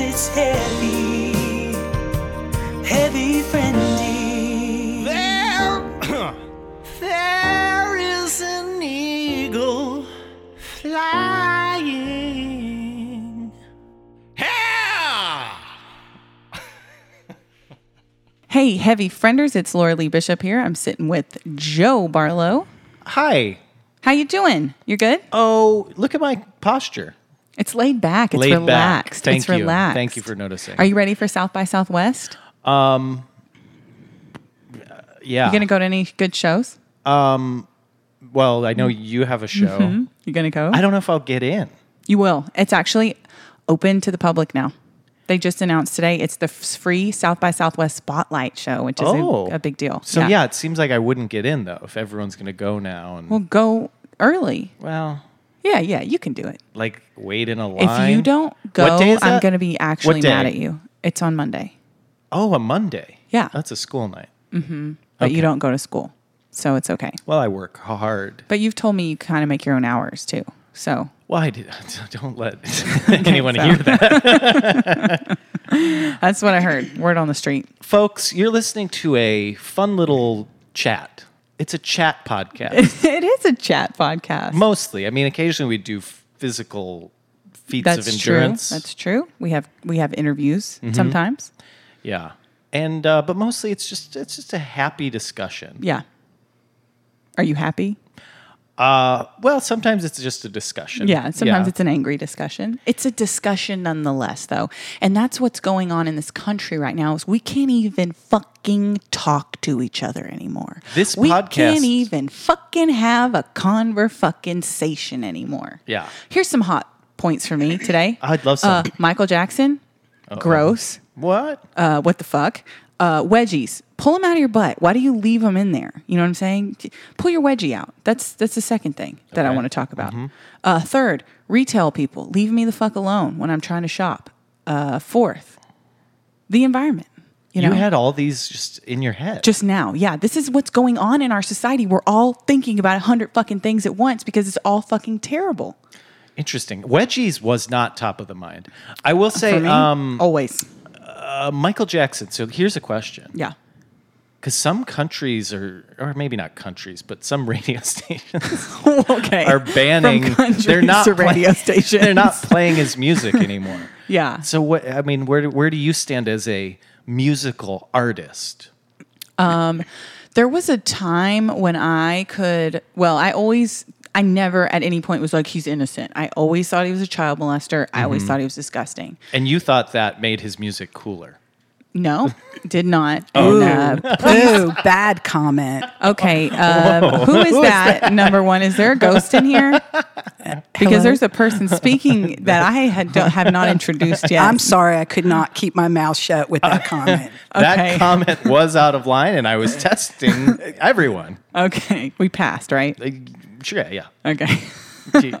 it's heavy, heavy friendly. There, there is an eagle flying. Yeah! Hey, heavy frienders, it's Laura Lee Bishop here. I'm sitting with Joe Barlow. Hi. How you doing? You're good? Oh, look at my posture. It's laid back. It's Laid back. relaxed. Thank it's you. relaxed. Thank you for noticing. Are you ready for South by Southwest? Yeah. You gonna go to any good shows? well, I know you have a show. You gonna go? I don't know if I'll get in. You will. It's actually open to the public now. They just announced today it's the f- free South by Southwest Spotlight show, which is a- Oh, a, big deal. So yeah. it seems like I wouldn't get in though if everyone's going to go now and Well, well, go early. Yeah, yeah, you can do it. like wait in a line. If you don't go, What day is I'm that? going to be actually What day? mad at you. It's on Monday, Oh, a Monday. Yeah. That's a school night. but you Okay. don't go to school. So it's okay. Well, I work hard. But you've told me you kind of make your own hours too. So Why did don't let anyone so- hear that. that's what I heard. Word on the street. Folks, you're listening to a fun little chat. It's a chat podcast. it is a chat podcast. Mostly. I mean, occasionally we do physical feats that's of true. endurance. Mm-hmm. That's true. We have we have interviews sometimes. Yeah. And uh, but mostly it's just it's just a happy discussion. Yeah. Are you happy? Uh, Well, sometimes it's just a discussion. Yeah, sometimes Yeah. it's an angry discussion. It's a discussion nonetheless, though. And that's what's going on in this country right now is we can't even fucking talk to each other anymore. This we podcast- can't even fucking have a conver fucking sation anymore. Yeah. Here's some hot points for me today. I'd love some. Uh, Michael Jackson, gross. what? Uh, what the fuck? Uh, wedgies. Pull them out of your butt. Why do you leave them in there? You know what I'm saying? Pull your wedgie out. That's that's the second thing that I Okay. Mm-hmm. want to talk about. Uh, third, retail people. Leave me the fuck alone when I'm trying to shop. Uh, fourth, the environment. You you know, had all these just in your head. just now. Yeah, this is what's going on in our society. We're all thinking about a hundred fucking things at once because it's all fucking terrible. interesting. Wedgies was not top of the mind. I will For say me, um, always. uh, Michael Jackson. So here's a question. Yeah. Cuz some countries are or maybe not countries, but some radio stations okay. are banning From countries they're not to playing- radio stations. They're not playing his music anymore. Yeah. So what I mean, where do- where do you stand as a musical artist? There was a time when I could, well, I always, I never at any point was like, he's innocent. I always thought he was a child molester. I always thought he was disgusting. And you thought that made his music cooler. No, did not. And, uh, Ooh, bad comment. okay. Um, who is that? Number one, is there a ghost in here? Because there's a person speaking that I had don't, have not introduced yet. I'm sorry I could not keep my mouth shut with that comment. Okay. That comment was out of line, and I was testing everyone. okay. We passed, right? Uh, Sure, yeah. Okay. Gee.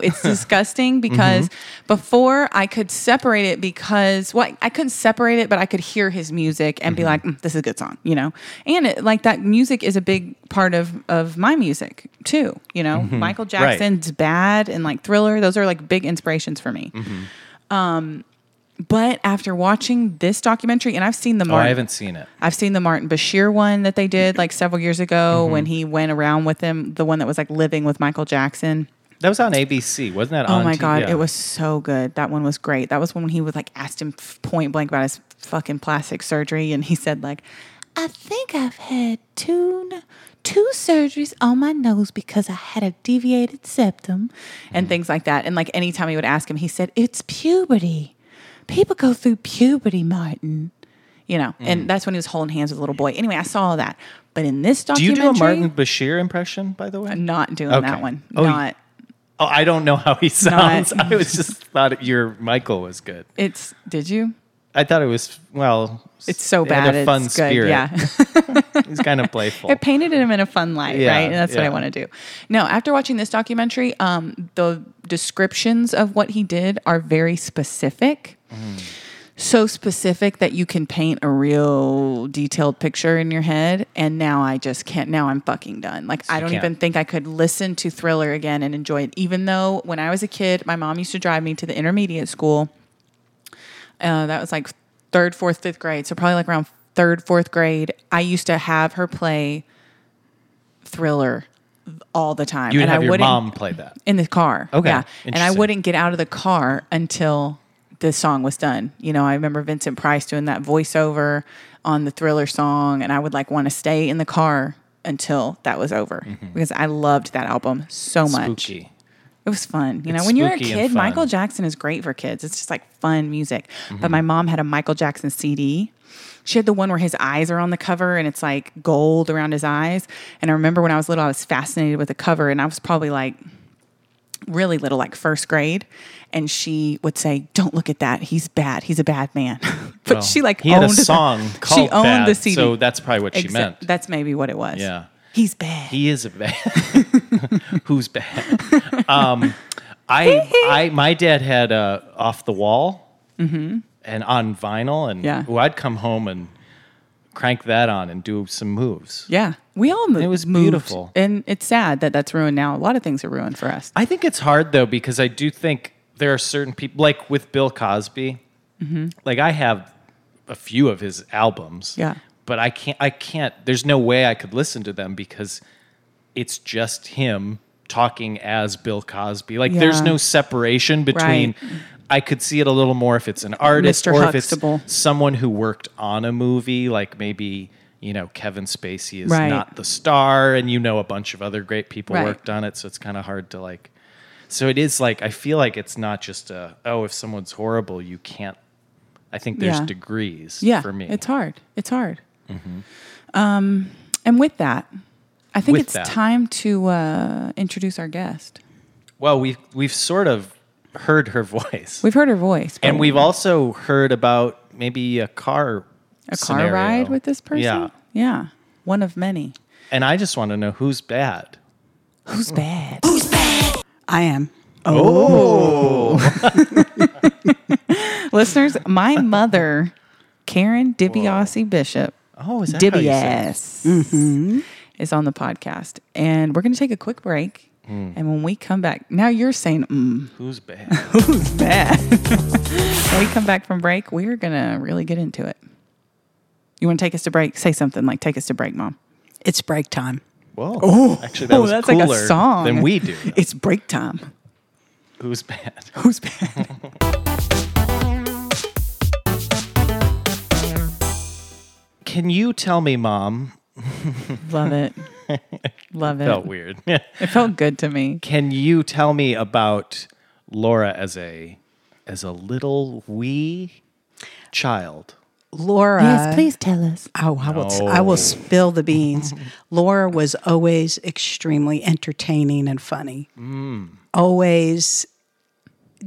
it's Mm-hmm. disgusting because before I could separate it because well, I couldn't separate it, but I could hear his music and be Mm-hmm. like, "Mm, "This is a good song," you know. And it, like that music is a big part of of my music too. You know, Mm-hmm. Michael Jackson's "Bad" and like Thriller; those are like big inspirations for me. Mm-hmm. Um, but after watching this documentary, and I've seen the Oh, I Martin, haven't seen it. I've seen the Martin Bashir one that they did like several years ago Mm-hmm. when he went around with him, the one that was like living with Michael Jackson. That was on ABC, wasn't that? Oh on my T- god, yeah. it was so good. That one was great. That was when he was like asked him f- point blank about his fucking plastic surgery, and he said like, "I think I've had two n- two surgeries on my nose because I had a deviated septum Mm. and things like that." And like anytime he would ask him, he said, "It's puberty. People go through puberty, Martin." You know, Mm. and that's when he was holding hands with a little boy. Anyway, I saw all that, but in this Do documentary, you do a Martin Bashir impression, by the way? not doing that Okay. one. Oh, y- not Oh, I don't know how he sounds. I was just thought your Michael was good. it's. Did you? I thought it was well. It's so it had bad. a fun it's spirit. good. Yeah. he's kind of playful. it painted him in a fun light, Yeah, right? And that's what I yeah. want to do. No, after watching this documentary, um, the descriptions of what he did are very specific. So specific that you can paint a real detailed picture in your head. And now I just can't. Now I'm fucking done. Like, I don't can't. even think I could listen to Thriller again and enjoy it. Even though when I was a kid, my mom used to drive me to the intermediate school Uh, that was like third, fourth, fifth grade. So probably like around third, fourth grade. I used to have her play Thriller all the time. You would and have I your wouldn't- mom play that. in the car. Okay. Yeah. And I Interesting. wouldn't get out of the car until the song was done. You know, I remember Vincent Price doing that voiceover on the thriller song, and I would like want to stay in the car until that was over because I loved that album so much. Mm-hmm. Spooky. It was fun. You know, It's when you're a spooky and fun. kid, Mm-hmm. Michael Jackson is great for kids. It's just like fun music. But my mom had a Michael Jackson CD. She had the one where his eyes are on the cover and it's like gold around his eyes. And I remember when I was little, I was fascinated with the cover and I was probably like really little, like first grade. And she would say, Don't look at that. He's bad. He's a bad man. but Well, she like he had a owned the- song called she owned Bad, the CD. so that's probably what she Exa- meant. That's maybe what it was. Yeah. He's bad. He is a bad. Who's bad? Um, I, I, my dad had uh, off the wall and on vinyl, and Mm-hmm. Yeah. ooh, I'd come home and crank that on and do some moves. Yeah, we all moved. It was moved. beautiful. and it's sad that that's ruined now. A lot of things are ruined for us. I think it's hard though because I do think there are certain people, like with Bill Cosby. Mm-hmm. Like I have a few of his albums, Yeah. but I can't. I can't. There's no way I could listen to them because it's just him talking as Bill Cosby. Like there's Yeah. no separation between. I could see it a little more if it's an artist Mr. or Huxtable. if it's someone who worked on a movie, like maybe. You know, Kevin Spacey is Right. not the star, and you know a bunch of other great people Right. worked on it, so it's kind of hard to like so it is like I feel like it's not just a oh if someone's horrible you can't. I think there's Yeah. degrees Yeah, for me. Mm-hmm. it's hard. It's hard. Um, and with that, I think With it's that. time to uh, introduce our guest. well, we've we've sort of heard her voice, We've heard her voice, but and we've also heard about maybe a car a car scenario. ride with this person. Yeah, yeah, one of many. and I just want to know who's bad. Who's bad? I am. Listeners, my mother, Karen DiBiase Bishop. Oh, is that how you say it? Dibias is Mm-hmm. on the podcast. And we're going to take a quick break. Mm. And when we come back, now you're saying, mm, Who's bad? who's bad? when we come back from break, we're going to really get into it. You want to take us to break? Say something like, take us to break, mom. It's break time. Whoa! Oh, actually, that oh, was that's like a cooler song. than we do. It's break time. who's bad? Who's bad? Can you tell me, Mom? Love it. Love it. Felt weird. It felt good to me. Can you tell me about Laura as a as a little wee child? Laura. tell us. Oh, I will, I No. will spill the beans. Laura was always extremely entertaining and funny. Always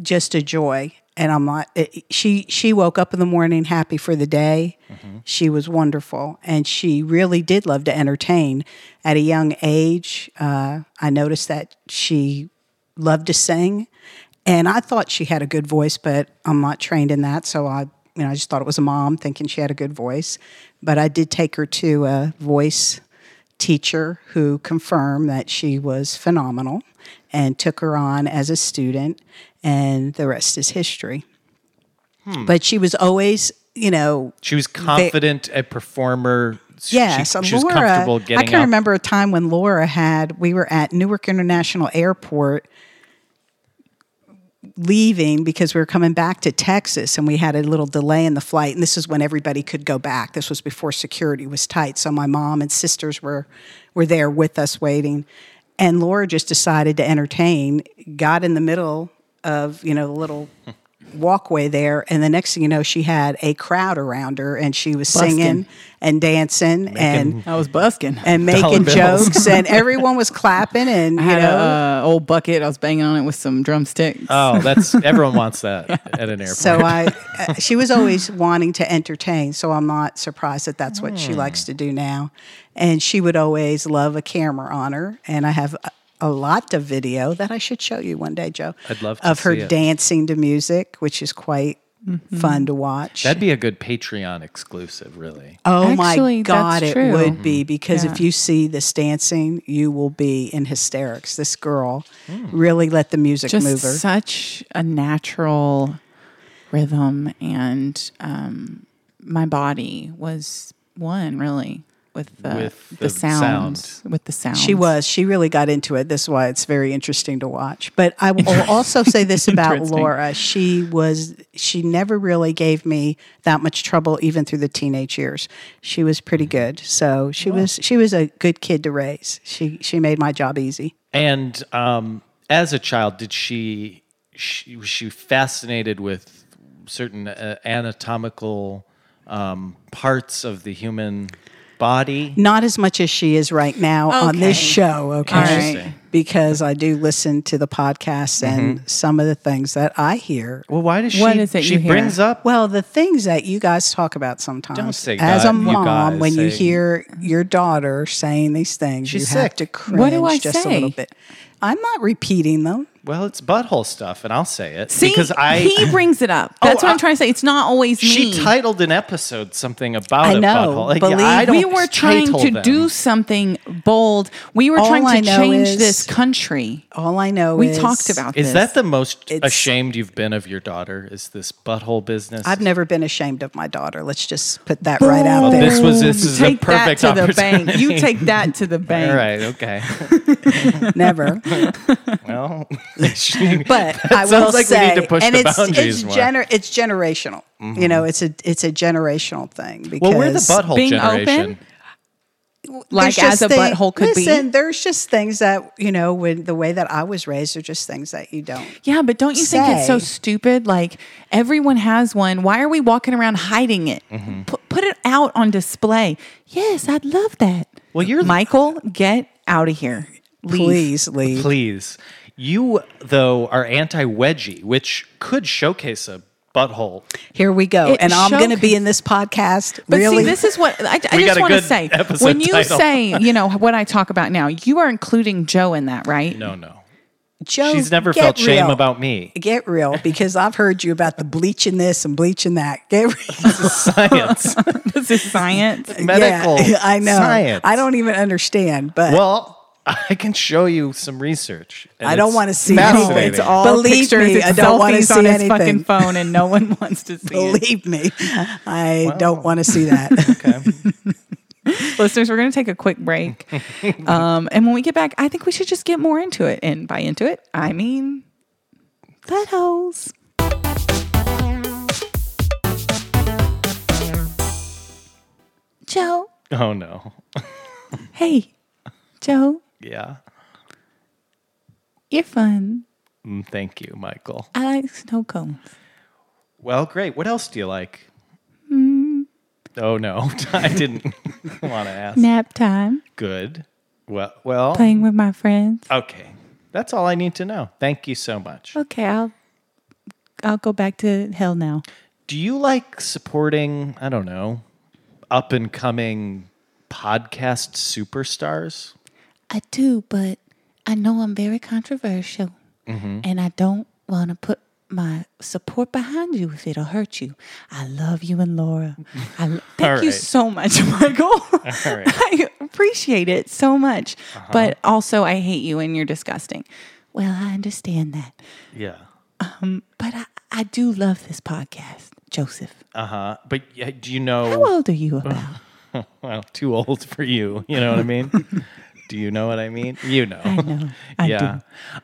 just a joy. And I'm not, it, she, she woke up in the morning happy for the day. She was wonderful. And she really did love to entertain. At a young age, uh, I noticed that she loved to sing. And I thought she had a good voice, but I'm not trained in that. So I, you know, I just thought it was a mom thinking she had a good voice. But I did take her to a voice teacher who confirmed that she was phenomenal and took her on as a student. And the rest is history. But she was always, you know, She was confident, a performer. She- Yes, she, uh, she was Laura. comfortable I getting. can up. remember a time when Laura had. We were at Newark International Airport, leaving because we were coming back to Texas, and we had a little delay in the flight. And this is when everybody could go back. This was before security was tight, so my mom and sisters were were there with us waiting. And Laura just decided to entertain. Got in the middle of you know the little. Walkway there, and the next thing you know, she had a crowd around her, and she was Buskin. singing and dancing, and I was busking. and making bills. jokes, and everyone was clapping, and you I had know. a uh, old bucket. I was banging on it with some drumsticks. Oh, that's everyone wants that at an airport. so I, uh, she was always wanting to entertain. So I'm not surprised that that's what she Hmm. likes to do now. And she would always love a camera on her. And I have a, a lot of video that I should show you one day, Joe. I'd love to of her see it. dancing to music, which is quite Mm-hmm. fun to watch. That'd be a good Patreon exclusive, really. Oh Actually, my that's God, it true. would be because if Yeah. you see this dancing, you will be in hysterics. This girl really let the music just move her. such a natural rhythm and um, my body was one really with the, With the, the sounds sound. with the sound She was. She really got into it. This is why it's very interesting to watch. But I will also say this about Interesting. Laura. She was she never really gave me that much trouble even through the teenage years. She was pretty good. So she was she was a good kid to raise. She she made my job easy. And um, as a child, did she, she was she fascinated with certain uh, anatomical um, parts of the human body? Not as much as she is right now on this Okay. show, okay? All right. Because I do listen to the podcasts Mm-hmm. and some of the things that I hear Well, why does she? What is it she you hear? brings up? Well, the things that you guys talk about sometimes. Don't say as that, a you mom, guys when you say- hear your daughter saying these things, She's you sick. have to cringe What do I just a say? little bit. I'm not repeating them. Well, it's butthole stuff, and I'll say it See, because I. he brings it up. That's what I, I- am trying to say. It's not always she me. titled an episode something about I a know. butthole. Like, Believe- I don't we were trying title to them. do something bold. We were All trying I to know change is- this country. All I know We is talked about Is this. that the most It's- ashamed you've been of your daughter? Is this butthole business? I've never been ashamed of my daughter. Let's just put that right out Boom. there. This was this is a take that perfect to the bank. You opportunity. take that to the bank. All right. Okay. Never. Well, But I will sounds like we say, need to push and the it's boundaries it's, more. Mm-hmm. gener- it's generational. You know, it's a it's a generational thing. Because well, we're the butthole being generation. open? Like There's as just a thi- butthole could listen, be. there's just things that you know when the way that I was raised are just things that you don't. Yeah, but don't you think it's so say. stupid? Like everyone has one. Why are we walking around hiding it? Pu- put it out on display. Yes, I'd love that. Well, you're- Michael. Get out of here. Leave. Please leave. Please, you though are anti wedgie, which could showcase a butthole. Here we go. It and I'm going to showcase- be in this podcast. But really? see, this is what I, I We got just a want to good say. episode When you title. say, you know, what I talk about now, you are including Joe in that, right? No, no. Joe, She's never Oh, get felt shame real. about me. Get real because I've heard you about the bleaching this and bleaching that. Get real. Science, This is science. medical. Yeah, I know. Science. I don't even understand, but Well, I can show you some research. and I don't it's want to see fascinating. anything. It's all Believe pictures me, and I don't wanna selfies see on his anything. fucking phone, and no one wants to see it. believe me, I don't want to see that. listeners, we're going to take a quick break. Um, and when we get back, I think we should just get more into it. And by into it, I mean buttholes. Joe, Oh no. hey, Joe, Yeah. you're fun. Mm, Thank you, Michael. I like snow cones. Well, great. What else do you like? Oh no, I didn't want to ask. Nap time, Good. Well, well. playing with my friends. Okay. That's all I need to know. Thank you so much. Okay, I'll I'll go back to hell now. Do you like supporting, I don't know, up and coming podcast superstars? I do, but I know I'm very controversial and I don't want to put my support behind you if it'll hurt you. I love you and Laura. I lo- thank you right. so much, Michael. I appreciate it so much, but also I hate you and you're disgusting. Well, I understand that, Yeah. but I, I do love this podcast, Joseph. Uh huh. But yeah, do you How know? old are you about? Well, too old for you. You know what I mean? do you know what I mean? You know. I know. I yeah.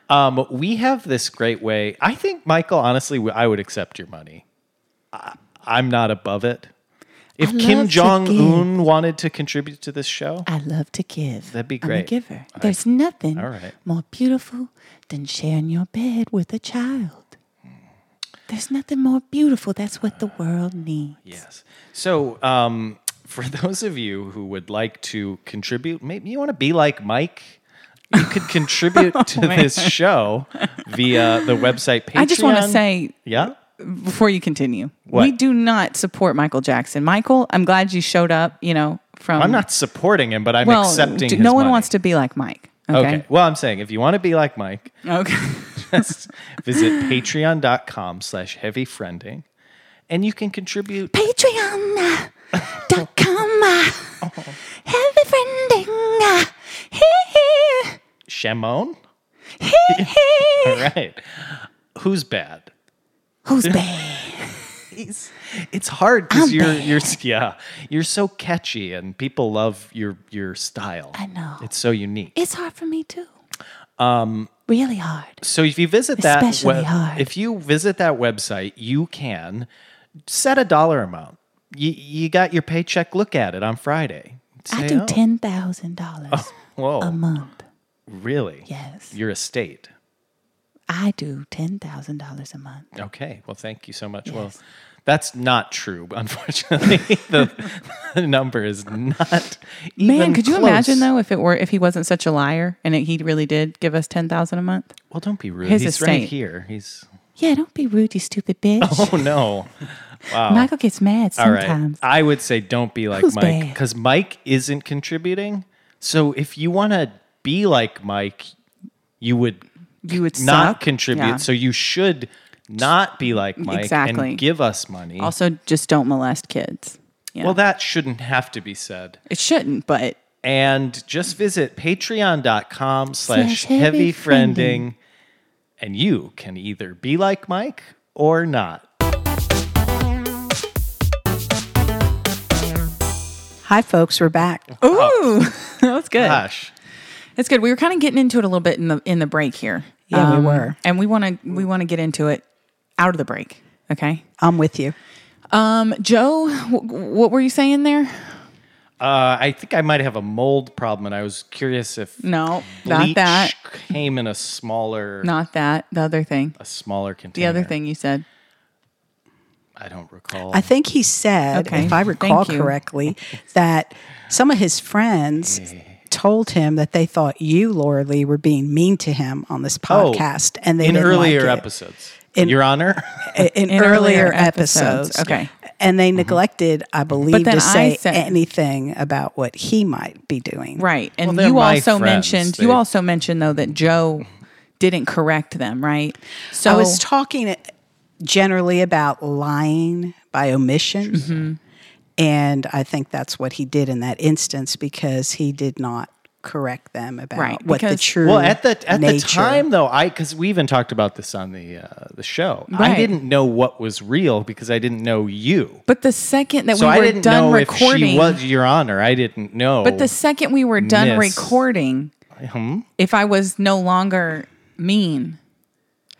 do. Um, we have this great way. I think, Michael, honestly, w- I would accept your money. I, I'm not above it. If I love Kim to Jong Un wanted to contribute to this show, I love to give. That'd be I'm a great. giver. There's nothing all right. more beautiful than sharing your bed with a child. There's nothing more beautiful. That's what the world needs. Yes. So, um, for those of you who would like to contribute, maybe you want to be like Mike. You could contribute Oh, to this show via the website Patreon. I just want to say yeah. before you continue, we What? do not support Michael Jackson. Michael, I'm glad you showed up. You know, from I'm not supporting him, but I'm Um, well, accepting. d- his no one money. wants to be like Mike. Okay. Okay. Well, I'm saying if you want to be like Mike, Okay. just visit patreon.com slash heavy friending and you can contribute. Patreon.com. Heavy friending. Hee Shamone? hee. All right. Who's bad? Who's bad? movies. It's hard because I'm you're bad. you're yeah you're so catchy and people love your your style. I know. it's so unique. It's hard for me too. Um, really hard. So if you visit that Especially web, hard. if you visit that website, you can set a dollar amount. You you got your paycheck. Look at it on Friday. I Say, do "Oh, ten thousand dollars Whoa, a month. really? Yes. Your estate. I do ten thousand dollars a month. Okay. Well, thank you so much. Well, Yes. that's not true. Unfortunately, the, the number is not. Man, even could you close. imagine though if it were if he wasn't such a liar and it, he really did give us ten thousand a month? Well, don't be rude. His He's right estate. here. He's. Yeah, don't be rude, you stupid bitch. Oh no. Michael gets mad All right. sometimes. I would say don't be like Who's Mike bad? because Mike isn't contributing. So if you want to be like Mike, you would You would not suck. contribute. Yeah. So you should not be like Mike Exactly. and give us money. also, just don't molest kids. Yeah. well, that shouldn't have to be said. it shouldn't, but And just visit patreon.com slash Slash heavy heavy friending and you can either be like Mike or not. Hi, folks. We're back. ooh, Oh. that was good. Gosh. That's good. We were kind of getting into it a little bit in the in the break here. Yeah, we were. and we want to we want to get into it out of the break. Okay, I'm with you. um, Joe, w- w- what were you saying there? Uh, I think I might have a mold problem, and I was curious if No, bleach not that, came in a smaller not that. The other thing, a smaller the container. other thing you said. I don't recall. I think he said, Okay. if I recall Thank you. correctly, that some of his friends told him that they thought you, Laura Lee, were being mean to him on this Oh, podcast, and they in didn't like earlier it. episodes, In- Your Honor. I- in, In earlier earlier episodes, episodes. okay. and Mm-hmm. they neglected, I believe, then I to say said- anything about what he might be doing. Right. And they're you my also friends. mentioned They- you also mentioned though that Joe didn't correct them, right? So I was talking generally about lying by omission. Mm-hmm. And I think that's what he did in that instance because he did not correct them about Right, what the because- true well, at the at the nature- time though, I because we even talked about this on the uh, the show. I Right. didn't know what was real because I didn't know you. but the second that So we I were didn't done know if recording she was Your Honor. I didn't know. But the second we were done Miss. Uh-huh. recording, if I was no longer mean,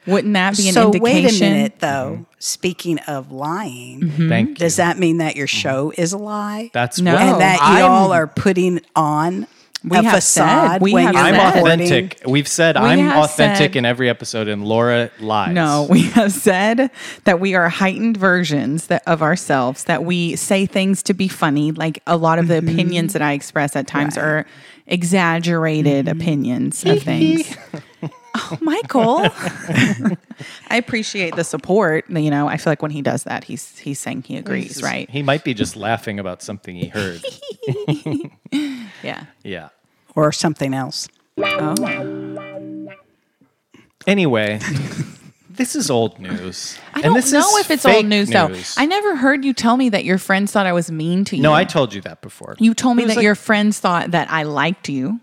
wouldn't that be an So indication? Mm-hmm. wait a minute though. Speaking of lying, Mm-hmm. thank you. does that mean that your show is a lie? That's No. what and that you I'm- all are putting on We a have facade said- we when have you're I'm said- recording? authentic. We've said I'm have authentic said- in every episode, and Laura lies. No, we have said that we are heightened versions that, of ourselves, that we say things to be funny. Like a lot of the Mm-hmm. opinions that I express at times are exaggerated Mm-hmm. opinions of things. oh, Michael. I appreciate the support. You know, I feel like when he does that, he's he's saying he agrees, right? He might be just laughing about something he heard. Yeah. yeah. or something else. Anyway, this is old news. I don't know if it's old news, though. I never heard you tell me that your friends thought I was mean to you. no, I told you that before. you told me It was that like- your friends thought that I liked you.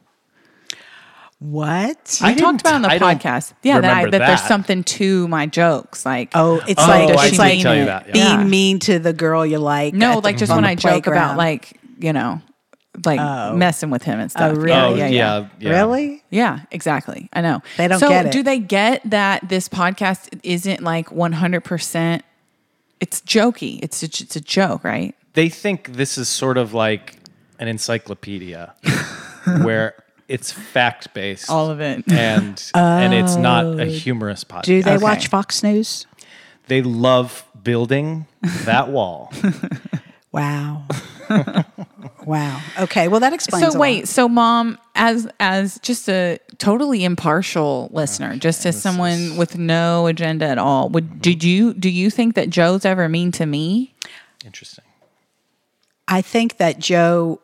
What? I I talked didn't- about it on the I don't podcast. Yeah, that, I, remember that, there's that. something to my jokes. Like, Oh, it's Oh, like does I it's did like tell you that, yeah. being Yeah. mean to the girl you like. no, at the- like just on when the I joke about playground. like you know, like messing with him and stuff. Oh, Yeah, Oh, really? yeah, yeah, yeah, yeah. really, Yeah, exactly. I know They don't so get it. Do they get that this podcast isn't like 100? percent It's jokey. It's a, it's a joke, right? They think this is sort of like an encyclopedia where it's fact based. All of it. And and it's not a humorous podcast. do they Okay. watch Fox News? they love building that wall. Wow, wow. Okay, well that explains. a So lot. wait, so mom, as as just a totally impartial listener, just as someone with no agenda at all, would did you do you think that Joe's ever mean to me? Interesting. I think that Joe,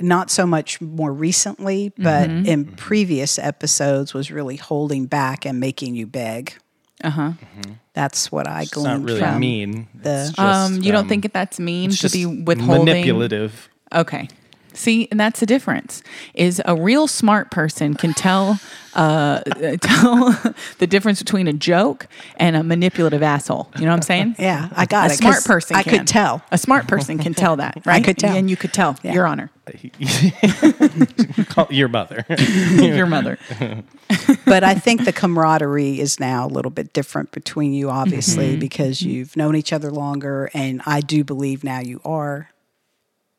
not so much more recently, but Mm-hmm. in previous episodes, was really holding back and making you beg. Uh huh. Uh-huh. That's what I Mm-hmm. It's not gleaned really from. mean. the- it's just, Um, you don't um, think that that's mean it's to just be withholding? manipulative. Okay, See, and that's the difference. Is a real smart person can tell uh, tell the difference between a joke and a manipulative asshole. You know what I'm saying? Yeah, I got a it, smart 'cause person. I can. could tell. A smart person can tell that. Right? could tell. and you could tell. Yeah. Your Honor, Call your mother. your mother. but I think the camaraderie is now a little bit different between you, obviously, Mm-hmm. because you've known each other longer, and I do believe now you are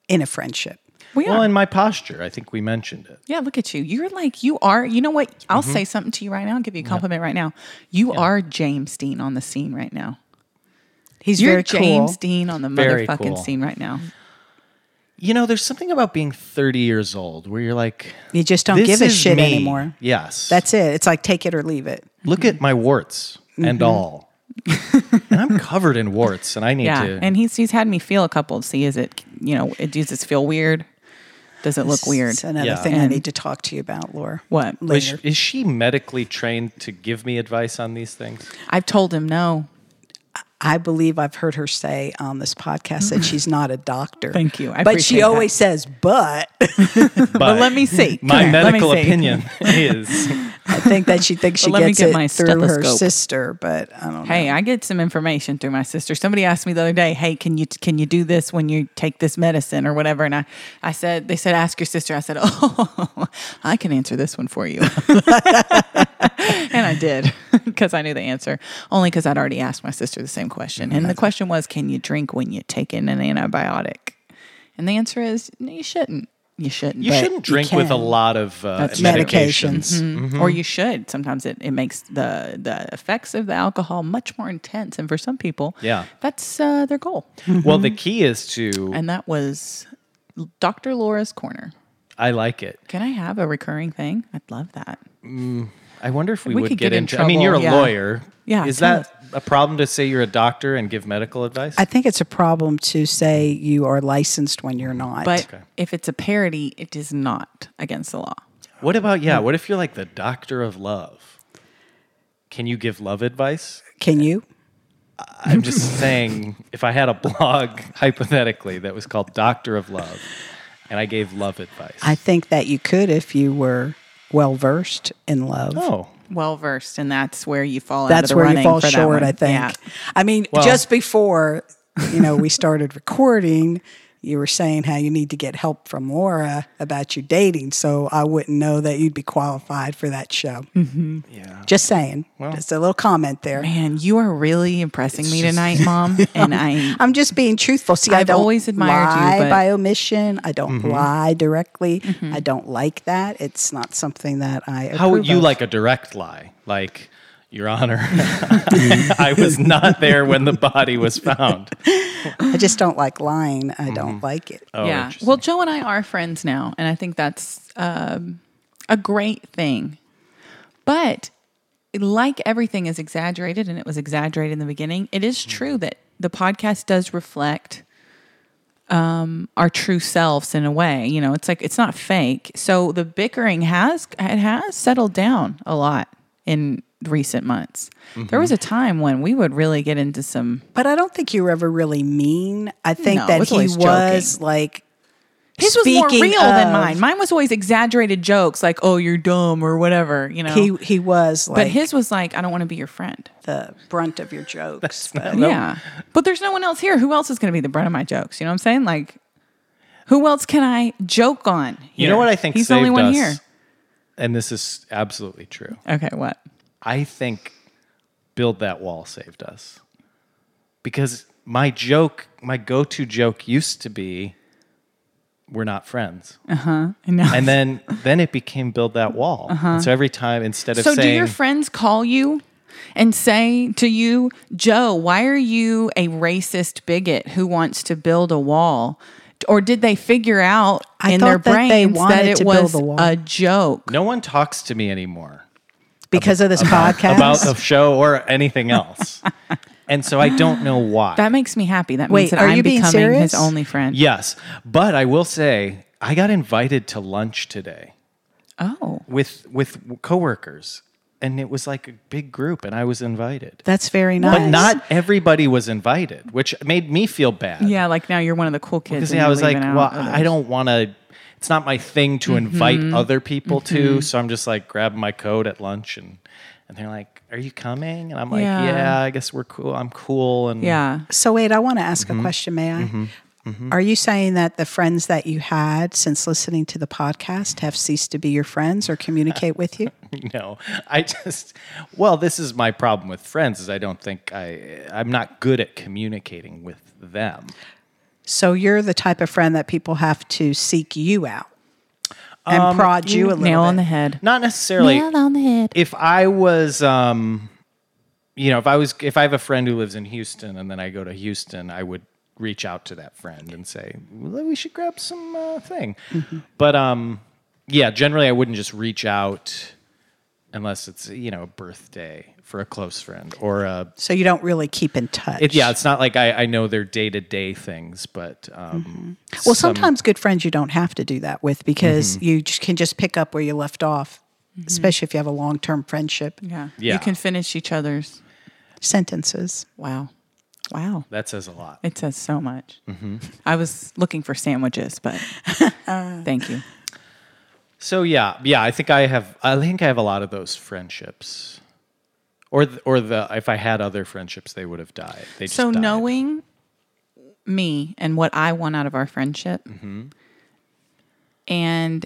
in a friendship. We well, are. in my posture, I think we mentioned it. Yeah, look at you. You're like you are. You know what? I'll say something to you right now. I'll give you a compliment right now. You are James Dean on the scene right now. He's You're very James cool. Dean on the Very motherfucking cool. scene right now. You know, there's something about being 30 years old where you're like, You just don't "This give a is shit me." anymore. Yes, That's it. It's like take it or leave it. look at my warts Mm-hmm. and all, and I'm covered in warts, and I need Yeah, to. and he's he's had me feel a couple to see is it you know it, does this feel weird? Does it look weird? It's another Yeah. thing I And- need to talk to you about, Laura. What? is, she- Later. is she medically trained to give me advice on these things? I've told him no. I believe I've heard her say on this podcast that she's not a doctor. Thank you. I but appreciate she that. always says, but But But let me see. Come My here, let me medical see. opinion is I think that she thinks she Well, let me gets get it my through her stethoscope. sister, but I don't know. Hey, I get some information through my sister. Somebody asked me the other day, "Hey, can you can you do this when you take this medicine or whatever?" And I, I said, they said, "Ask your sister." I said, "Oh, I can answer this one for you," and I did because I knew the answer. Only because I'd already asked my sister the same question, Mm-hmm. and the question was, "Can you drink when you take in an antibiotic?" And the answer is, no, you shouldn't. You shouldn't. you but- shouldn't drink with a can. lot of uh, That's true. medications. or you should. Sometimes it, it makes the the effects of the alcohol much more intense, and for some people, Yeah. that's uh, their goal. Well, the key is to And that was Dr. Laura's corner. I like it. Can I have a recurring thing? I'd love that. I wonder if we, We would could get, get in into. I mean, trouble, you're a yeah. lawyer. Yeah, Is tell that a problem to say you're a doctor and give medical advice? I think it's a problem to say you are licensed when you're not. But if it's a parody, it is not against the law. what about yeah? Mm-hmm. What if you're like the doctor of love? Can you give love advice? can you? I'm just saying, if I had a blog hypothetically that was called Doctor of Love, and I gave love advice, I think that you could if you were well versed in love. oh, Well versed, and that's where you fall. out of That's the where you running fall for that short, one. I think. Yeah. I mean, Well- just before, you know, we started recording, you were saying how you need to get help from Laura about your dating, so I wouldn't know that you'd be qualified for that show. yeah. Just saying. just a little comment there. Man, you are really impressing me tonight, Mom. and I, I'm just being truthful. See, I've I I've do not always admired you, lie but- Mm-hmm. by omission. I don't Mm-hmm. lie directly. I don't like that. It's not something that I. How would approve you of. like a direct lie? Like, Your Honor, I was not there when the body was found. I just don't like lying. I don't like it. Oh, yeah. interesting. Well, Joe and I are friends now, and I think that's um, a great thing. But like everything is exaggerated, and it was exaggerated in the beginning, it Mm-hmm. is true that the podcast does reflect um, our true selves in a way. You know, it's like it's not fake. So the bickering has it has settled down a lot in recent months. Mm-hmm. There was a time when we would really get into some. But I don't think you were ever really mean. I think No, it that was he always was like. His was more speaking real than of- mine. Mine was always exaggerated jokes like, "Oh, you're dumb" or whatever, you know. He he was like but his was like, "I don't want to be your friend." the brunt of your jokes. Yeah. But there's no one else here. Who else is going to be the brunt of my jokes? You know what I'm saying? Like, who else can I joke on? You here? know what I think He's the saved only one us, here. and this is absolutely true. Okay, what? I think build that wall saved us because my joke, my go-to joke, used to be we're not friends, No. and then then it became build that wall. And so every time, instead of Uh-huh. so do saying your friends call you and say to you, Joe, why are you a racist bigot who wants to build a wall? Or did they figure out I in their thought that brains they that wanted it to build was a wall. a joke? no one talks to me anymore because of this podcast. about the show or anything else, and so I don't know why. That makes me happy. That means Wait, that are I'm you being becoming his serious? only friend. yes, but I will say I got invited to lunch today. Oh. with with coworkers and it was like a big group and i was invited That's very nice. but not everybody was invited which made me feel bad Yeah, like now you're one of the cool because kids. and i you're was like leaving out Mm-hmm. well others. i don't want to it's not my thing to invite other people Mm-hmm. to. So I'm just like grabbing my coat at lunch and and they're like, "Are you coming?" And I'm like, Yeah. "Yeah, I guess we're cool. I'm cool." And Yeah. So wait, I want to ask Mm-hmm. a question. May I? Are you saying that the friends that you had since listening to the podcast have ceased to be your friends or communicate with you? no i just well this is my problem with friends is i don't think i i'm not good at communicating with them So you're the type of friend that people have to seek you out and prod you a little Um, Nail bit. on the head. not necessarily Nail on the head. if i was um you know if i was if i have a friend who lives in houston and then i go to houston i would reach out to that friend and say well, we should grab some uh, thing Mm-hmm. but um yeah generally i wouldn't just reach out unless it's you know a birthday for a close friend or a So you don't really keep in touch. It, yeah, it's not like I, I know their day to day things, but um, Mm-hmm. Well, some- sometimes good friends you don't have to do that with because Mm-hmm. you just can just pick up where you left off, especially if you have a long term friendship. Yeah. Yeah. You can finish each other's. Sentences. Wow. Wow. that says a lot. It says so much. I was looking for sandwiches, but thank you. So yeah, yeah, I think I have I think I have a lot of those friendships, or th- or the if I had other friendships, they would have died. They just So died. knowing me and what I want out of our friendship, Mm-hmm. and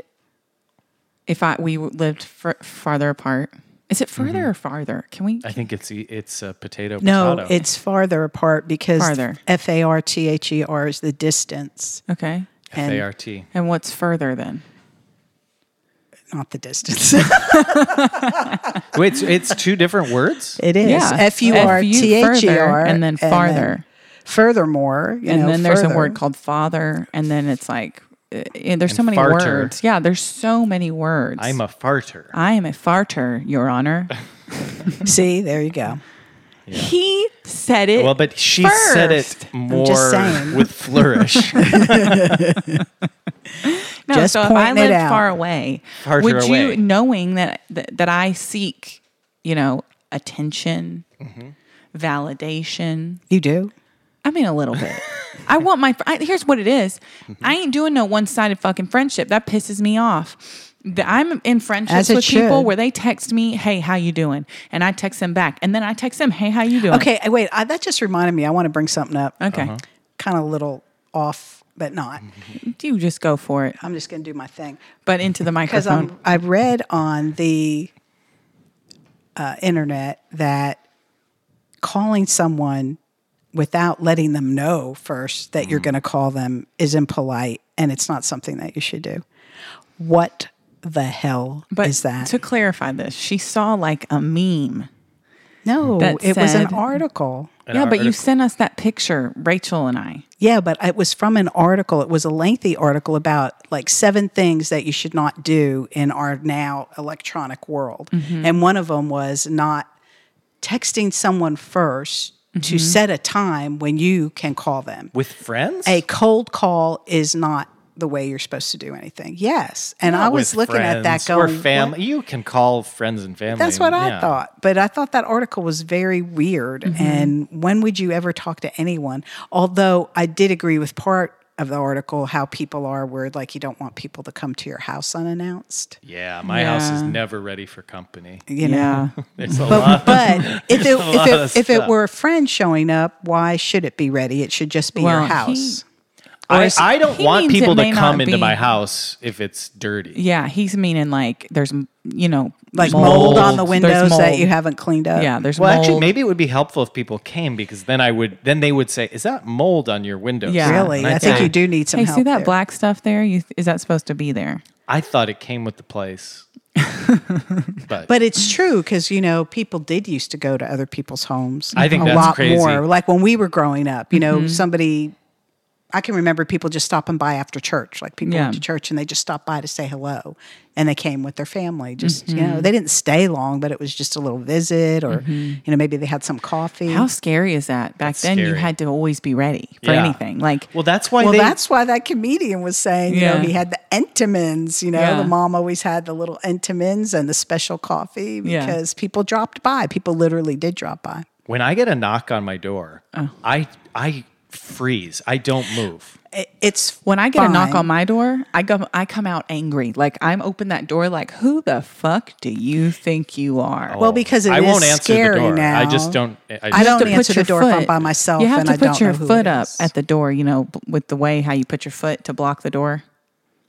if I we lived far, farther apart, is it further or farther? Can we? Mm-hmm. I think it's e- it's a potato. No, potato. it's farther apart because Farther. F A R T H E R is the distance, Okay. and- ART. And what's further then? not the distance. Wait, it's, it's two different words. it is F U R T H E R, further, and then farther. Furthermore, you and know, then there's a further. word called father, and then it's like uh, uh, there's so many farter. words. Yeah, there's so many words. I'm a farter. I am a farter, Your Honor. See, there you go. He said it. Well, but she said it more just saying. with flourish. No, Just so if I pointing it lived out. far away, Farther would you away. knowing that, that that I seek, you know, attention, Mm-hmm. validation? You do. I mean, a little bit. I want my. fr- I, here's what it is. Mm-hmm. I ain't doing no one sided fucking friendship. That pisses me off. The- I'm in friendships As it with people should. where they text me, "Hey, how you doing?" and I text them back, and then I text them, "Hey, how you doing?" Okay, wait. I, that just reminded me. I want to bring something up. Okay. Uh-huh. Kind of a little off, but not. You just go for it, I'm just going to do my thing. but into the because microphone. I'm I read on the uh, internet that calling someone without letting them know first that Mm. you're going to call them is impolite and it's not something that you should do. What the hell But is that? to clarify this, she saw like a meme. no, that it was an said- article. yeah, but you article. sent us that picture, Rachel and I. Yeah, but it was from an article. It was a lengthy article about like seven things that you should not do in our now electronic world. Mm-hmm. And one of them was not texting someone 1st Mm-hmm. to set a time when you can call them. with friends. A cold call is not the way you're supposed to do anything. Yes. And I was With looking at that friends or going, family. "What?" You can call friends and family. That's what I yeah. thought. But I thought that article was very weird. Mm-hmm. And when would you ever talk to anyone? Although I did agree with part of the article how people are where like you don't want people to come to your house unannounced. Yeah, my house is Yeah. never ready for company. You know. There's a But, lot. but if it lot if of it, if it stuff. were a friend showing up, why should it be ready? It should just be Well, your he- house. I, I don't he want means it people may to not come into be- my house if it's dirty. Yeah, he's meaning like there's, you know, like mold, on the Mold. windows There's that mold. you haven't cleaned up. Yeah, there's Well, mold. actually, maybe it would be helpful if people came because then I would then they would say, "Is that mold on your windows?" Yeah. Really, And I think thought- you do need some Hey, help. see that there. black stuff there? You is that supposed to be there? I thought it came with the place, but, But it's true because you know people did used to go to other people's homes. I think a that's lot crazy. more. Like when we were growing up, you know, somebody. I can remember people just stopping by after church. Like people Yeah. went to church and they just stopped by to say hello, and they came with their family. Just you know, they didn't stay long, but it was just a little visit, or you know, maybe they had some coffee. How scary is that? Back then, you scary. had to always be ready for Yeah. anything. Like, well, that's why well, they. that's why that comedian was saying, you Yeah. know, he had the Entenmann's, you know, Yeah. the mom always had the little Entenmann's and the special coffee Yeah. because people dropped by. People literally did drop by. Oh. when I get a knock on my door, I I freeze. I don't move. It- It's When I get a knock fine. on my door, I go I come out angry. Like I'm open that door like who the fuck do you think you Oh, are? Well, because it I is won't answer scary the door. I now. just don't. I, just, I don't to put answer the your door if I'm by myself You have and to I put don't your know who foot it up is. at the door, you know, b- with the way how you put your foot to block the door.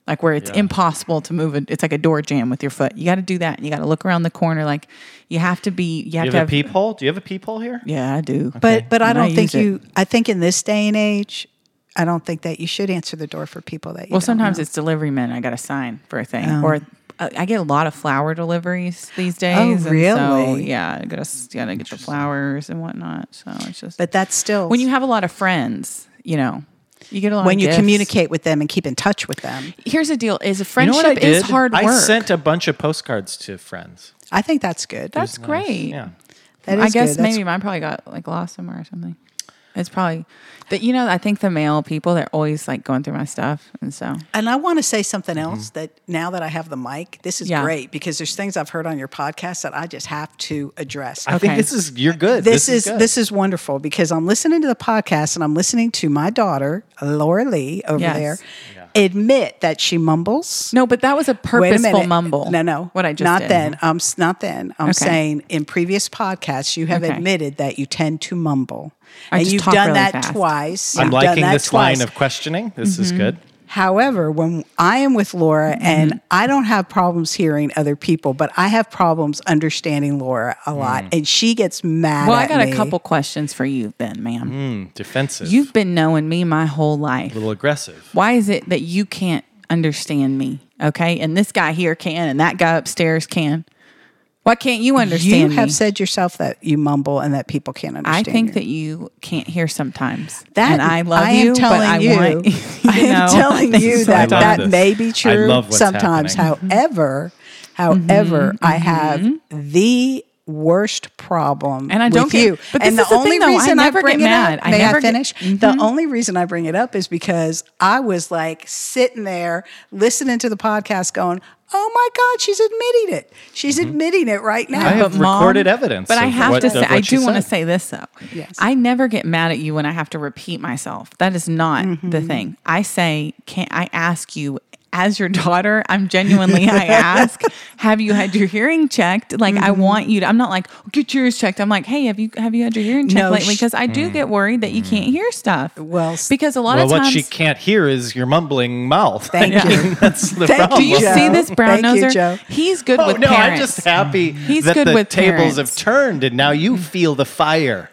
Like where it's impossible to move it. It's like a door jam with your foot. You got to do that. And you got to look around the corner. Like you have to be, you have You to have have. a peephole? Do you have a peephole here? Yeah, I do. But but I And I don't use think it. you. I think in this day and age, I don't think that you should answer the door for people that you. well, don't sometimes know. Oh. it's delivery men. I got a sign for a thing. Or uh, I I get a lot of flower deliveries these days. and so, really? yeah, I gotta, s- gotta get the flowers and whatnot. So it's just. But that's still when you have a lot of friends, you know, you get a lot. when of you gifts. communicate with them and keep in touch with them. Here's the deal: is a You know friendship what I is did? hard work. I sent a bunch of postcards to friends. I think that's good. That's great. Yeah. That I is guess good. That's- maybe mine probably got like lost somewhere or something. It's probably, but you know, I think the male people they're always like going through my stuff, and so And I want to say something else Mm-hmm. that now that I have the mic, this is Yeah. great because there's things I've heard on your podcast that I just have to address. I Okay. think this is you're good. this, is, good. this is wonderful because I'm listening to the podcast and I'm listening to my daughter, Laura Lee, over Yes. there, admit that she mumbles. no. But that was a Wait a purposeful minute. mumble. No, no. what I just not did. then. I'm s- not then. I'm Okay. saying in previous podcasts you have Okay. admitted that you tend to mumble, I and just you've talk done really that fast. twice. I'm You've done liking that this twice. Mm-hmm. line of questioning. This is good. However, when I am with Laura, Mm-hmm. and I don't have problems hearing other people, but I have problems understanding Laura a lot, and she gets mad. Mm. Well, I at got me. a couple questions for you then, ma'am. Mm, defensive. You've been knowing me my whole life. a little aggressive. why is it that you can't understand me? Okay. And this guy here can, and that guy upstairs can. Why can't you You understand have me? said yourself that you mumble and that people can't I understand. think you. that you can't hear sometimes. That and I love I am you, telling but I you, want. you I am know, telling things you like that I love that this. may be I true love what's sometimes. happening. Mm-hmm. However, however, I have the worst problem And I with don't get- you. but this and the is the only thing, though, I reason I, never bring get it mad. up, I may never I get- Mm-hmm. finish? The only reason I bring it up is because I was like sitting there listening to the podcast, going, "Oh my God, she's admitting it. She's Mm-hmm. admitting it right now." I have but mom- recorded evidence. But I of have what- to of say, what I she do want to said. say this though. Yes. I never get mad at you when I have to repeat myself. That is not Mm-hmm. the thing. I say, can I ask you? As your daughter, I'm genuinely, I ask, have you had your hearing checked? Like, I Mm-hmm. want you to, I'm not like, "Oh, get yours checked. I'm like, hey, have you, have you had your hearing checked No, lately? sh- Because I do get worried that you can't hear stuff. Well, s- because a lot Mm. Well, of times, what she can't hear is your mumbling mouth. Thank I mean, you. That's the Thank you, problem. do you Joe. see this brown Thank you, noser? Joe. He's good Oh with no! I'm parents. just happy Mm-hmm. He's that good the with tables parents. have turned, and now you feel the fire.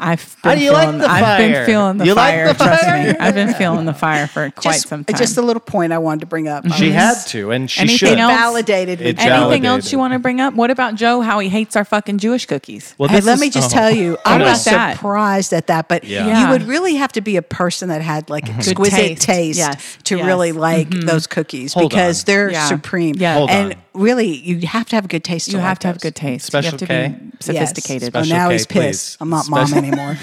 I've been How do you like feeling, the I've been fire? feeling the You like fire. the trust fire? me, I've been feeling the fire for quite just, some time. Mm-hmm. just a little point I wanted to bring up. She had to, and she Anything should. else? validated me. It Anything Anything validated. else you want to bring up? What about Joe? How he hates our fucking Jewish cookies? Well, Hey, this let is- me just oh. tell you, I I know. was About that. surprised at that, but Yeah. Mm-hmm. you Yeah. would really have to be a person that had like exquisite taste. taste, Yes. to Yes. Mm-hmm. really like those cookies Hold because on. they're Yeah. supreme. Yeah. Hold and on. really, you have to have good taste. You to have like to have those. good taste. Special you have to K? be Yes. sophisticated. Oh, Special now K, he's please. pissed. I'm not mom Special- anymore.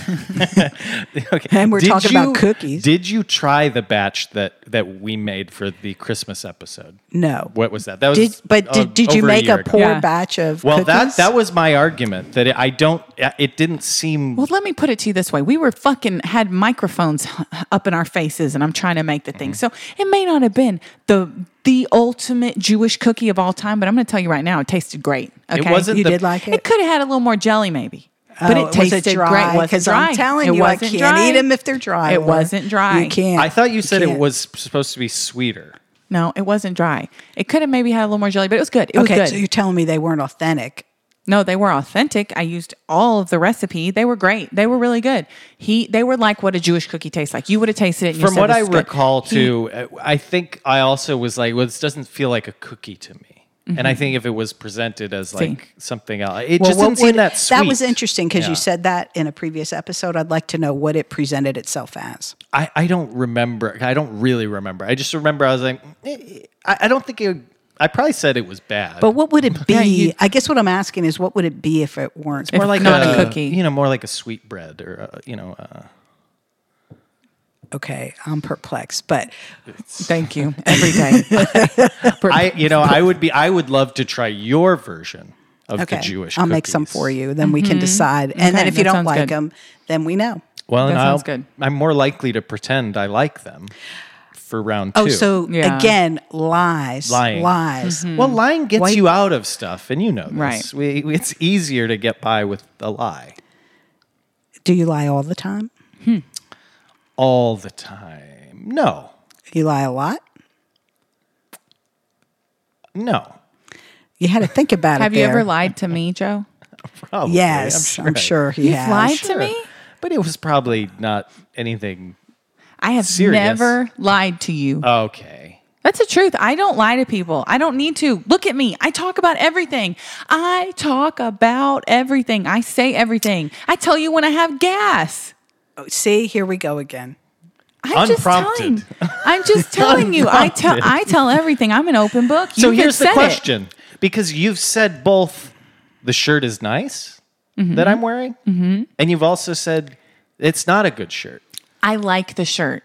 okay. And we're talking about cookies. Did you try the batch that that we made for the Christmas episode? No. What was that? That was. Did, but uh, did, did you over make year a ago. poor Yeah. batch of Well, cookies? that that was my argument that it, I don't. uh, It didn't seem. Well, let me put it to you this way: we were fucking had microphones h- up in our faces, and I'm trying to make the Mm-hmm. thing. So it may not have been the the ultimate Jewish cookie of all time, but I'm going to tell you right now, it tasted great. Okay, wasn't you the- did like it. It could have had a little more jelly, maybe. But Oh, it was it tasted dry? great. It wasn't 'Cause dry. I'm telling It you, I wasn't can't dry. eat 'em if they're dry, It Laura. wasn't dry. You can't. I thought you said it can't. was supposed to be sweeter. No, it wasn't dry. It could have maybe had a little more jelly, but it was good. It was Okay, good. so you're telling me they weren't authentic. No, they were authentic. I used all of the recipe. They were great. They were really good. He, they were like what a Jewish cookie tastes like. You would have tasted it. And you From said, what "This I is good." recall, He- too, uh, I think I also was like, "Well, this doesn't feel like a cookie to me." And I think if it was presented as like something else, it just what didn't seem would- that sweet. That was interesting because Yeah. you said that in a previous episode. I'd like to know what it presented itself as. I, I don't remember. I don't really remember. I just remember I was like, eh, I, I don't think it. I probably said it was bad, But what would it be? you- I guess what I'm asking is what would it be if it weren't? If- more like not a cookie. You know, more like a sweet bread or uh, you know. Uh, okay, I'm perplexed. But Thank you every day. I you know I would be. I would love to try your version of okay, the Jewish. I'll make some cookies. for you. Then we can decide. And then Okay, if you that don't sounds like good. them, then we know. Well, and That sounds I'll- good. I'm more likely to pretend I like them for round two. Oh, so Yeah. again, lies, Lying. lies. well, lying gets White- you out of stuff, and you know this. Right. We, we- it's easier to get by with a lie Do you lie all the time? all the time. No, You lie a lot. no. You had to think about it. Have you ever there. lied to me, Joe? Probably. Yes, I'm sure, I- he You've has. lied to sure. me? But it was probably not anything. I have Serious. never lied to you. Okay. That's the truth. I don't lie to people. I don't need to. Look at me. I talk about everything. I talk about everything. I say everything. I tell you when I have gas. Oh, See, here we go again. I'm Unprompted. just telling. I'm just telling you. I tell. I tell everything. I'm an open book. So You here's just the said it. question because you've said both the shirt is nice Mm-hmm. that I'm wearing, and you've also said it's not a good shirt. I like the shirt.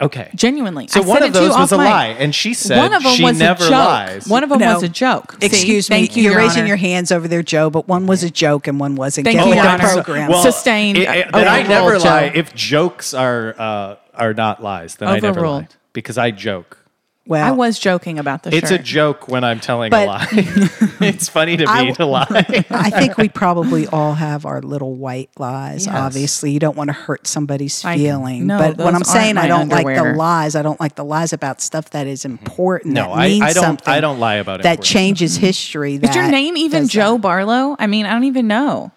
Okay. Genuinely. So I one said of it to you those was off a mic. lie, and she said one of them she was never a joke. lies. One of them No. was a joke. See? Excuse me. Thank you, You're Your raising Honor. your hands over there, Joe, but one was a joke and one wasn't. Thank Get Oh, you, with Your the Honor. program. Well- Sustained. It, it- then I Overruled, never Joe. lie. If jokes are uh, are not lies, then I never Overruled. lied because I joke. well, I was joking about the It's a shirt. joke when I'm telling But- a lie. it's funny to I me w- to lie. I think we probably all have our little white lies. Yes. Obviously, you don't want to hurt somebody's I- feeling. no, but those when I'm saying aren't I my don't like underwear. the lies, I don't like the lies about stuff that is important. Mm-hmm. No, that I- means I don't- something I don't lie about that important stuff. changes history. Is your that name even does Joe Barlow? I mean, I don't even know.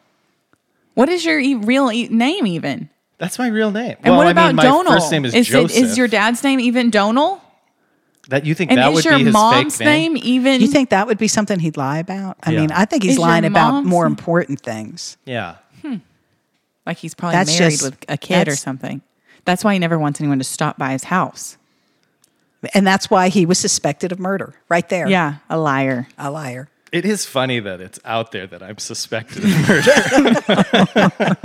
What is your e- real e- name even? That's my real name. And well, what I about mean, my Donal? first name is, is, it- Joseph. is your dad's name even Donal? that you think And that is would your be his mom's fake name? name even? You think that would be something he'd lie about? I Yeah. mean, I think Is he's your lying about mom's- more important things. Yeah. like he's probably That's married just- with a kid or that's- something? That's why he never wants anyone to stop by his house. And that's why he was suspected of murder right there. Yeah, a liar. A liar. It is funny that it's out there that I'm suspected of murder.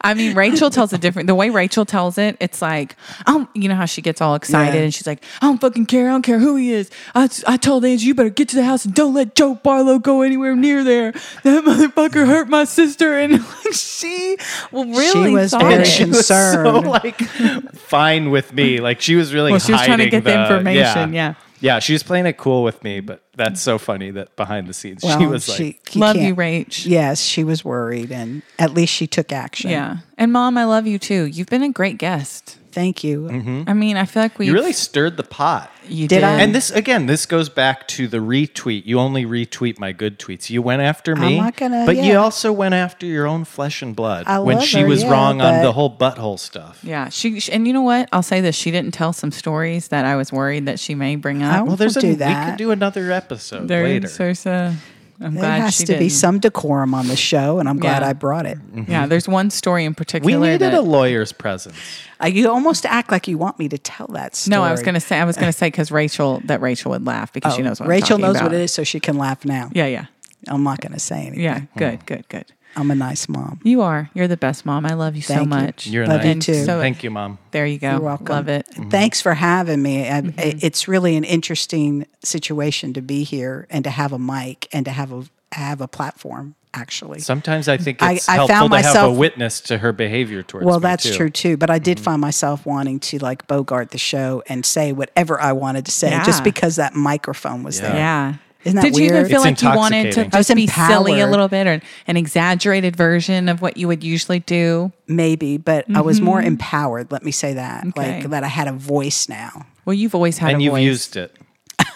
I mean, Rachel tells it different. The way Rachel tells it, it's like, um, you know how she gets all excited Yeah. and she's like, I don't fucking care. I don't care who he is. I, I told Angie, you better get to the house and don't let Joe Barlow go anywhere near there. That motherfucker hurt my sister. And she well, really was thought very it. concerned. was so Concern. like fine with me. Like she was really Well, she was trying to hiding get the information, Yeah. yeah. Yeah, she was playing it cool with me, but that's so funny that behind the scenes she was like he Love you, can't- Rach. Yes, she was worried, and at least she took action. Yeah. And mom, I love you too. You've been a great guest. Thank you. I mean, I feel like we you really stirred the pot. you Did did. I? And this again, this goes back to the retweet. You only retweet my good tweets. You went after me, not gonna- but you yeah. also went after your own flesh and blood I when love she her, was yeah, wrong on but- the whole butthole stuff. yeah, she, she and you know what? I'll say this: she didn't tell some stories that I was worried that she may bring up. I Well, there's We'll a, do we could that. do another episode There later. is Sarsa. I'm There glad has she to be didn't. some decorum on the show, and I'm glad Yeah. I brought it. Yeah, there's one story in we particular. needed that, a lawyer's presence. I, you almost act like you want me to tell that story. Oh, no. I was gonna say I was gonna say because Rachel that Rachel would laugh because she knows what I'm Rachel talking knows about. what it is, so she can laugh now. Yeah, yeah, I'm not going to say anything. yeah. Hmm. Good, good, good. I'm a nice mom. You are. You're the best mom. I love you so Thank you. much. You're Love nice. you too. So- Thank you, mom. there you go. You're welcome. Love it. Mm-hmm. Thanks for having me. I, I- It's really an interesting situation to be here and to have a mic and to have a have a platform. Actually, Sometimes I think I- it's I helpful found to have a myself- witness to her behavior towards well, me, that's too. Mm-hmm. true too. But I did find myself wanting to like bogart the show and say whatever I wanted to say Yeah. just because that microphone was there. Yeah. Isn't that Did you even weird? feel It's like you wanted to intoxicating. I was just be silly a empowered. little bit or an exaggerated version of what you would usually do? Maybe, but I was more empowered. Let me say that, Mm-hmm. Okay. like that I had a voice now. Well, you've always had And a you've voice. used it.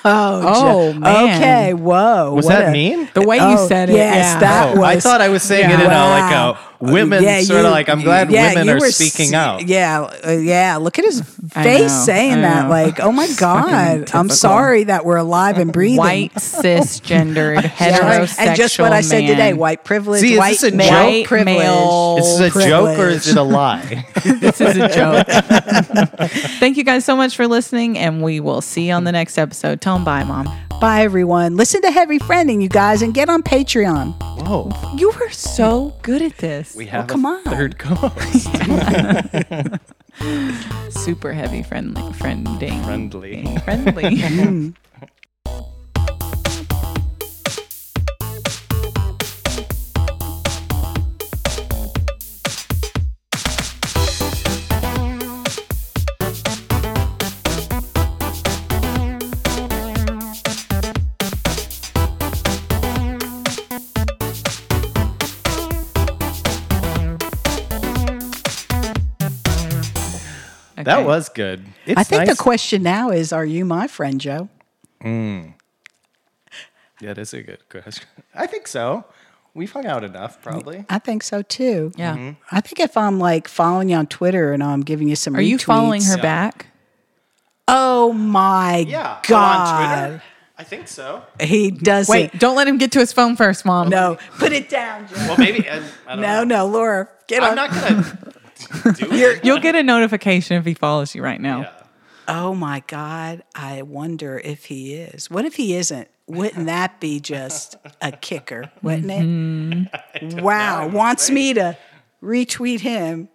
oh, man. Okay, whoa. Was what that a- mean? The way you Oh, said it. yes, yeah. that- Oh, I was- thought I was saying it in a like Wow. a women Yeah, sort you- of like I'm glad yeah, women you are were speaking s- out. Yeah, uh, yeah. Look at his I face know, I saying that. know. Like, oh my god, I'm typical. sorry that we're alive and breathing. White, cisgendered, Yeah, right. heterosexual. and just what I said today: man. white privilege, See, is white, this a male joke? White privilege. male Is this a joke or is privilege. it a lie? this is a joke. Thank you guys so much for listening, and we will see you on the next episode. Tell them bye, mom. Bye, everyone. Listen to Heavy Friending, you guys, and get on Patreon. Whoa, You were so good at this. we have come a on. third co-host. Super heavy friendly, friending, Friendly. friendly. That was good. It's I think nice. the question now is, are you my friend, Joe? That is a good question. I think so. We've hung out enough, probably. I think so too. Yeah. Mm-hmm. I think if I'm like following you on Twitter and I'm giving you some Are you following retweets- her back? Oh my Yeah. go On God. Twitter. I think so. He does Wait, it. don't let him get to his phone first, Mom. No, put it down, Joe. Well, maybe. I, I don't No, know. no, Laura, get I'm on. not gonna do it. You'll get a notification if he follows you right now. Yeah. oh my God. I wonder if he is. What if he isn't? Wouldn't that be just a kicker? Wouldn't Mm-hmm. it? Wow. Wants me to retweet him.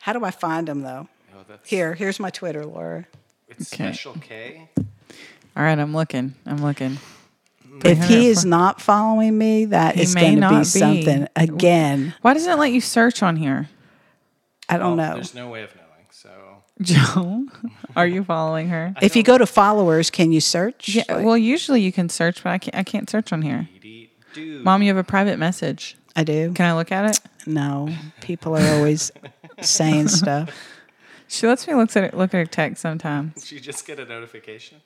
How do I find him though? Oh, that's- Here, here's my Twitter, Laura. It's Okay. special K. All right, I'm looking. I'm looking. If he her is fr- not following me, that He is may going to not be be. something. Again, Why doesn't it let you search on here? I don't know. Oh, There's no way of knowing. So Joe, are you following her? if you go to followers, can you search? Yeah, well, usually you can search, but I can't, I can't search on here. do Mom, you have a private message. I do. Can I look at it? No, people are always saying stuff. She lets me look at it, look at her text sometime. did you just get a notification?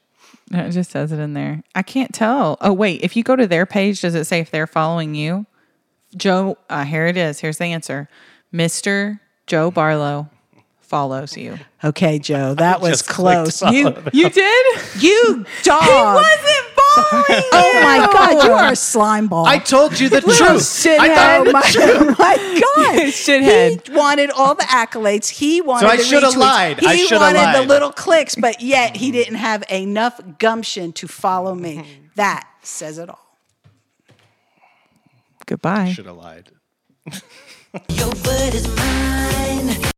No, It just says it in there. I can't tell. Oh wait, if you go to their page, does it say if they're following you? Joe, uh, here it is. Here's the answer. Mister Joe Barlow follows you. Okay, Joe, that was just clicked close. You, You did? you dog. following. Oh my God, you are a slime ball. I told you the Little truth. shithead. I thought oh my, my God. Shithead. He wanted all the accolades. He wanted I the shoulda retweets. lied. He I shoulda wanted the lied. Mm-hmm. little clicks, but yet he didn't have enough gumption to follow me. That says it all. Goodbye. should have lied. Your blood is mine.